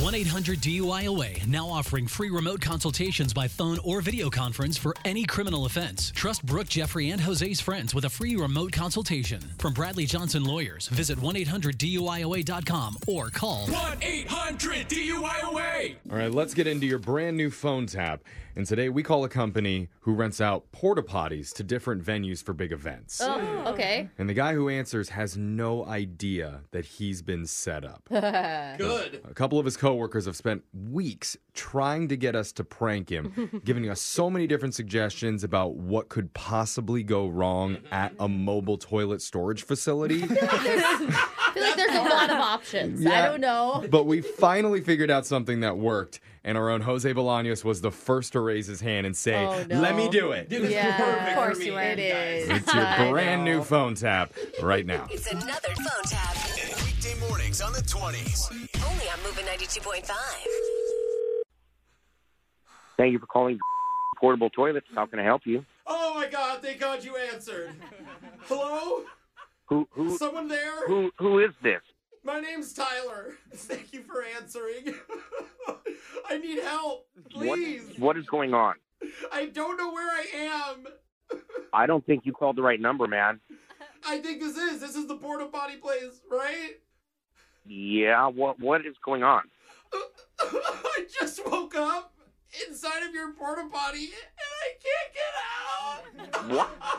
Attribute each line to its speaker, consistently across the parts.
Speaker 1: 1 800 DUIOA now offering free remote consultations by phone or video conference for any criminal offense. Trust Brooke, Jeffrey, and Jose's friends with a free remote consultation. From Bradley Johnson Lawyers, visit 1 800 DUIOA.com or call
Speaker 2: 1 800 DUIOA.
Speaker 3: All right, let's get into your brand new phone tap. And today we call a company who rents out porta potties to different venues for big events.
Speaker 4: Oh, okay.
Speaker 3: And the guy who answers has no idea that he's been set up.
Speaker 2: Good.
Speaker 3: a couple of his coworkers have spent weeks trying to get us to prank him, giving us so many different suggestions about what could possibly go wrong at a mobile toilet storage facility.
Speaker 4: I feel like there's a lot of options. I
Speaker 3: Yeah.
Speaker 4: don't know.
Speaker 3: But we finally figured out something that worked, and our own Jose Bolaños was the first to raise his hand and say,
Speaker 4: Oh, no.
Speaker 3: Let me do it.
Speaker 2: Dude, this is
Speaker 4: Yeah.
Speaker 2: perfect
Speaker 4: Of
Speaker 2: for
Speaker 5: course
Speaker 2: me.
Speaker 5: you were.
Speaker 4: It is.
Speaker 3: It's your
Speaker 4: I
Speaker 3: brand
Speaker 4: know.
Speaker 3: new phone tap right now.
Speaker 5: It's another phone tap.
Speaker 6: Weekday mornings on the 20s.
Speaker 5: Only on Moving 92.5.
Speaker 7: Thank you for calling Portable Toilets. How can I help you?
Speaker 2: Oh my God! Thank God you answered. Hello?
Speaker 7: Who who
Speaker 2: Someone there?
Speaker 7: who who is this?
Speaker 2: My name's Tyler. Thank you for answering. I need help,
Speaker 7: What
Speaker 2: please.
Speaker 7: what is going on?
Speaker 2: I don't know where I am.
Speaker 7: I don't think you called the right number, man.
Speaker 2: I think this is this is the porta potty place, right?
Speaker 7: Yeah, what what is going on?
Speaker 2: I just woke up inside of your porta potty and I can't get out.
Speaker 7: What?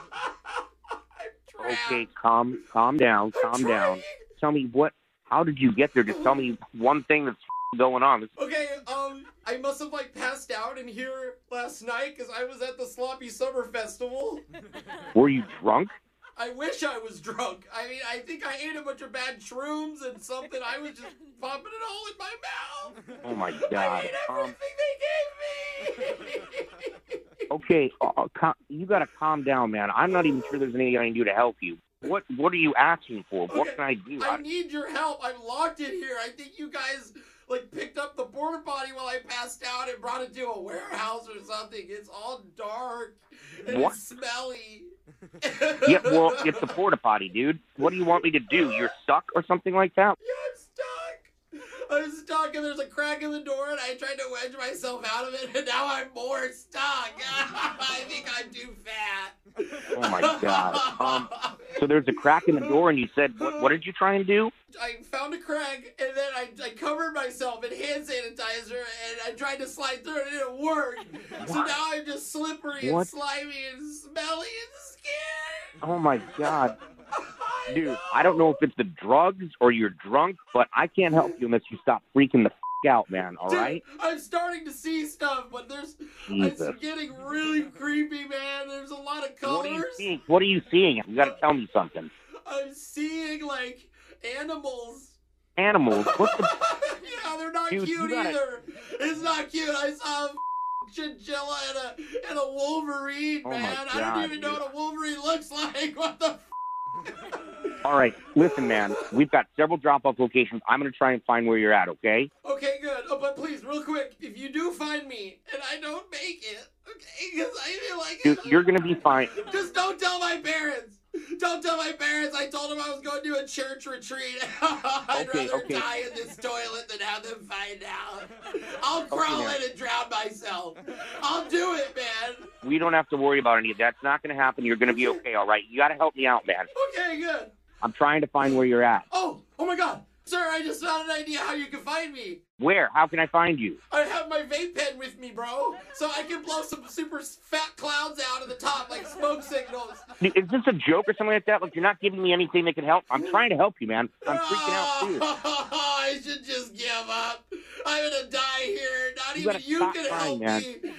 Speaker 2: I'm trapped.
Speaker 7: Okay, calm calm down,
Speaker 2: I'm
Speaker 7: calm
Speaker 2: trying.
Speaker 7: down. Tell me what how did you get there? Just tell me one thing that's going on. This-
Speaker 2: Okay, um, I must have like passed out in here last night because I was at the Sloppy Summer Festival.
Speaker 7: Were you drunk?
Speaker 2: I wish I was drunk. I mean, I think I ate a bunch of bad shrooms and something. I was just popping it all in my mouth.
Speaker 7: Oh my
Speaker 2: I
Speaker 7: god.
Speaker 2: ate
Speaker 7: Um,
Speaker 2: everything they gave me.
Speaker 7: okay, uh, uh, cal- you got to calm down, man. I'm not even sure there's anything I can do to help you. What what are you asking for?
Speaker 2: Okay,
Speaker 7: What can I do?
Speaker 2: I need your help. I'm locked in here. I think you guys like picked up the porta potty while I passed out and brought it to a warehouse or something. It's all dark and
Speaker 7: What?
Speaker 2: it's smelly.
Speaker 7: Yeah, well, it's the porta potty, dude. What do you want me to do? You're stuck or something like that?
Speaker 2: Yeah, I'm stuck. I'm stuck, and there's a crack in the door, and I tried to wedge myself out of it, and now I'm more stuck. I think I'm too fat.
Speaker 7: Oh my god. Um, so there's a crack in the door, and you said, "What, what did you try and do?"
Speaker 2: I found a crack, and then I, I covered myself in hand sanitizer, and I tried to slide through it, and it worked. So now I'm just slippery and
Speaker 7: What?
Speaker 2: slimy and smelly and
Speaker 7: Oh my god,
Speaker 2: scared.
Speaker 7: dude. I don't know if it's the drugs or you're drunk, but I can't help you unless you stop freaking the f- out, man. All
Speaker 2: Dude,
Speaker 7: right?
Speaker 2: I'm starting to see stuff, but there's
Speaker 7: Jesus.
Speaker 2: it's getting really creepy, man. There's a lot of
Speaker 7: What are
Speaker 2: colors.
Speaker 7: you seeing? What are you seeing? You got to tell me something.
Speaker 2: I'm seeing like animals.
Speaker 7: Animals? What the?
Speaker 2: yeah, they're not
Speaker 7: Dude,
Speaker 2: cute
Speaker 7: you gotta-
Speaker 2: either. It's not cute. I saw a chinchilla and a and a wolverine,
Speaker 7: Oh my
Speaker 2: man. I don't
Speaker 7: God,
Speaker 2: even know
Speaker 7: dude.
Speaker 2: what a wolverine looks like. What the? F-
Speaker 7: All right, listen, man. We've got several drop-off locations. I'm gonna try and find where you're at. Okay?
Speaker 2: okay, good. Oh, but please, real quick, if you do find me and I don't make it, okay, because I feel like
Speaker 7: Dude, you're gonna be fine.
Speaker 2: Just don't tell my parents. Don't tell my parents. I told them I was going to a church retreat. I'd
Speaker 7: Okay,
Speaker 2: rather
Speaker 7: okay.
Speaker 2: die in this toilet than have them find out. I'll crawl
Speaker 7: now.
Speaker 2: in and drown myself. I'll do it, man.
Speaker 7: We don't have to worry about any of that. It's not going to happen. You're going to be okay, all right? You got to help me out, man.
Speaker 2: Okay, good.
Speaker 7: I'm trying to find where you're at.
Speaker 2: Oh, oh my God, sir! I just found an idea how you can find me.
Speaker 7: Where? How can I find you?
Speaker 2: I have my vape pen with me, bro, so I can blow some super fat clouds out of the top like smoke signals.
Speaker 7: Dude, Is this a joke or something like that? Like, you're not giving me anything that can help. I'm trying to help you, man. I'm freaking out, too.
Speaker 2: I should just give up. I'm gonna die here. Not
Speaker 7: You
Speaker 2: even
Speaker 7: gotta
Speaker 2: you
Speaker 7: stop
Speaker 2: can help
Speaker 7: crying, man.
Speaker 2: me.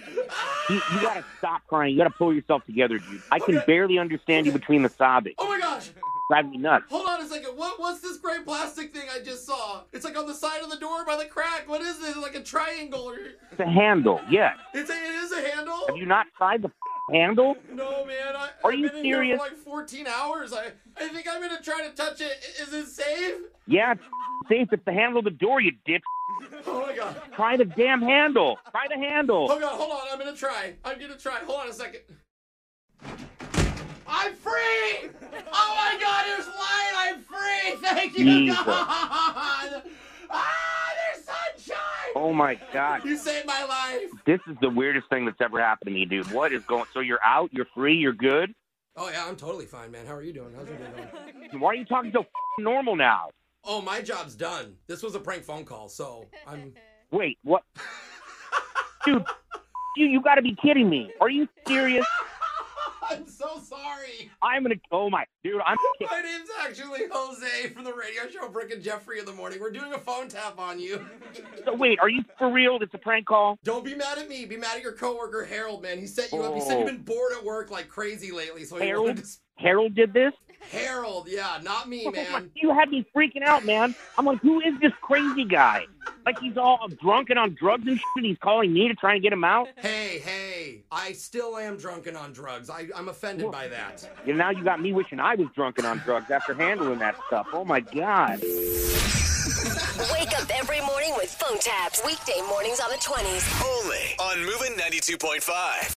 Speaker 7: You, you got to stop crying. You got to pull yourself together, dude. I can
Speaker 2: Okay.
Speaker 7: barely understand you between the sobbing.
Speaker 2: Oh my gosh!
Speaker 7: Drive me nuts.
Speaker 2: Hold on a second. What what's this gray plastic thing I just saw? It's like on the side of the door by the crack. What is this? Like a triangle? or-
Speaker 7: It's a handle, yes.
Speaker 2: It's a, it is a handle.
Speaker 7: Have you not tried the handle?
Speaker 2: No man. I,
Speaker 7: Are
Speaker 2: I've
Speaker 7: you
Speaker 2: been in here
Speaker 7: serious?
Speaker 2: for like 14 hours. I I think I'm gonna try to touch it. I- Is it safe?
Speaker 7: Yeah, it's safe. It's the handle of the door, you dick.
Speaker 2: Oh my god.
Speaker 7: Try the damn handle. Try the handle.
Speaker 2: Oh god. Hold on. I'm gonna try. I'm gonna try. Hold on a second. I'm free! Oh my god, there's light! I'm free! Thank you,
Speaker 7: Jesus.
Speaker 2: God! Ah, there's sunshine!
Speaker 7: Oh my god.
Speaker 2: You saved my life.
Speaker 7: This is the weirdest thing that's ever happened to me, dude. What is going so you're out, you're free, you're good?
Speaker 2: Oh yeah, I'm totally fine, man. How are you doing? How's your day going?
Speaker 7: Why are you talking so f***ing normal now?
Speaker 2: Oh, my job's done. This was a prank phone call, so I'm.
Speaker 7: Wait, what Dude, you you gotta be kidding me. Are you serious?
Speaker 2: I'm so sorry.
Speaker 7: I'm gonna oh my dude, I'm kidding.
Speaker 2: My name's actually Jose from the radio show Brick and Jeffrey in the morning. We're doing a phone tap on you.
Speaker 7: So wait, are you for real? It's a prank call?
Speaker 2: Don't be mad at me. Be mad at your coworker Harold, man. He set you up. He said you've been bored at work like crazy lately, so he
Speaker 7: Oh. Harold?
Speaker 2: wanted to s-
Speaker 7: Harold did this?
Speaker 2: Harold, yeah, not me,
Speaker 7: Oh my-
Speaker 2: man.
Speaker 7: you had me freaking out, man. I'm like, who is this crazy guy? Like he's all drunk and on drugs and shit, and he's calling me to try and get him out.
Speaker 2: Hey, hey, I still am drunken on drugs. I, I'm offended by that.
Speaker 7: And now you got me wishing I was drunk and on drugs after handling that stuff. Oh my god.
Speaker 5: Wake up every morning with phone taps. Weekday mornings on the 20s.
Speaker 6: Only on Moving 92.5.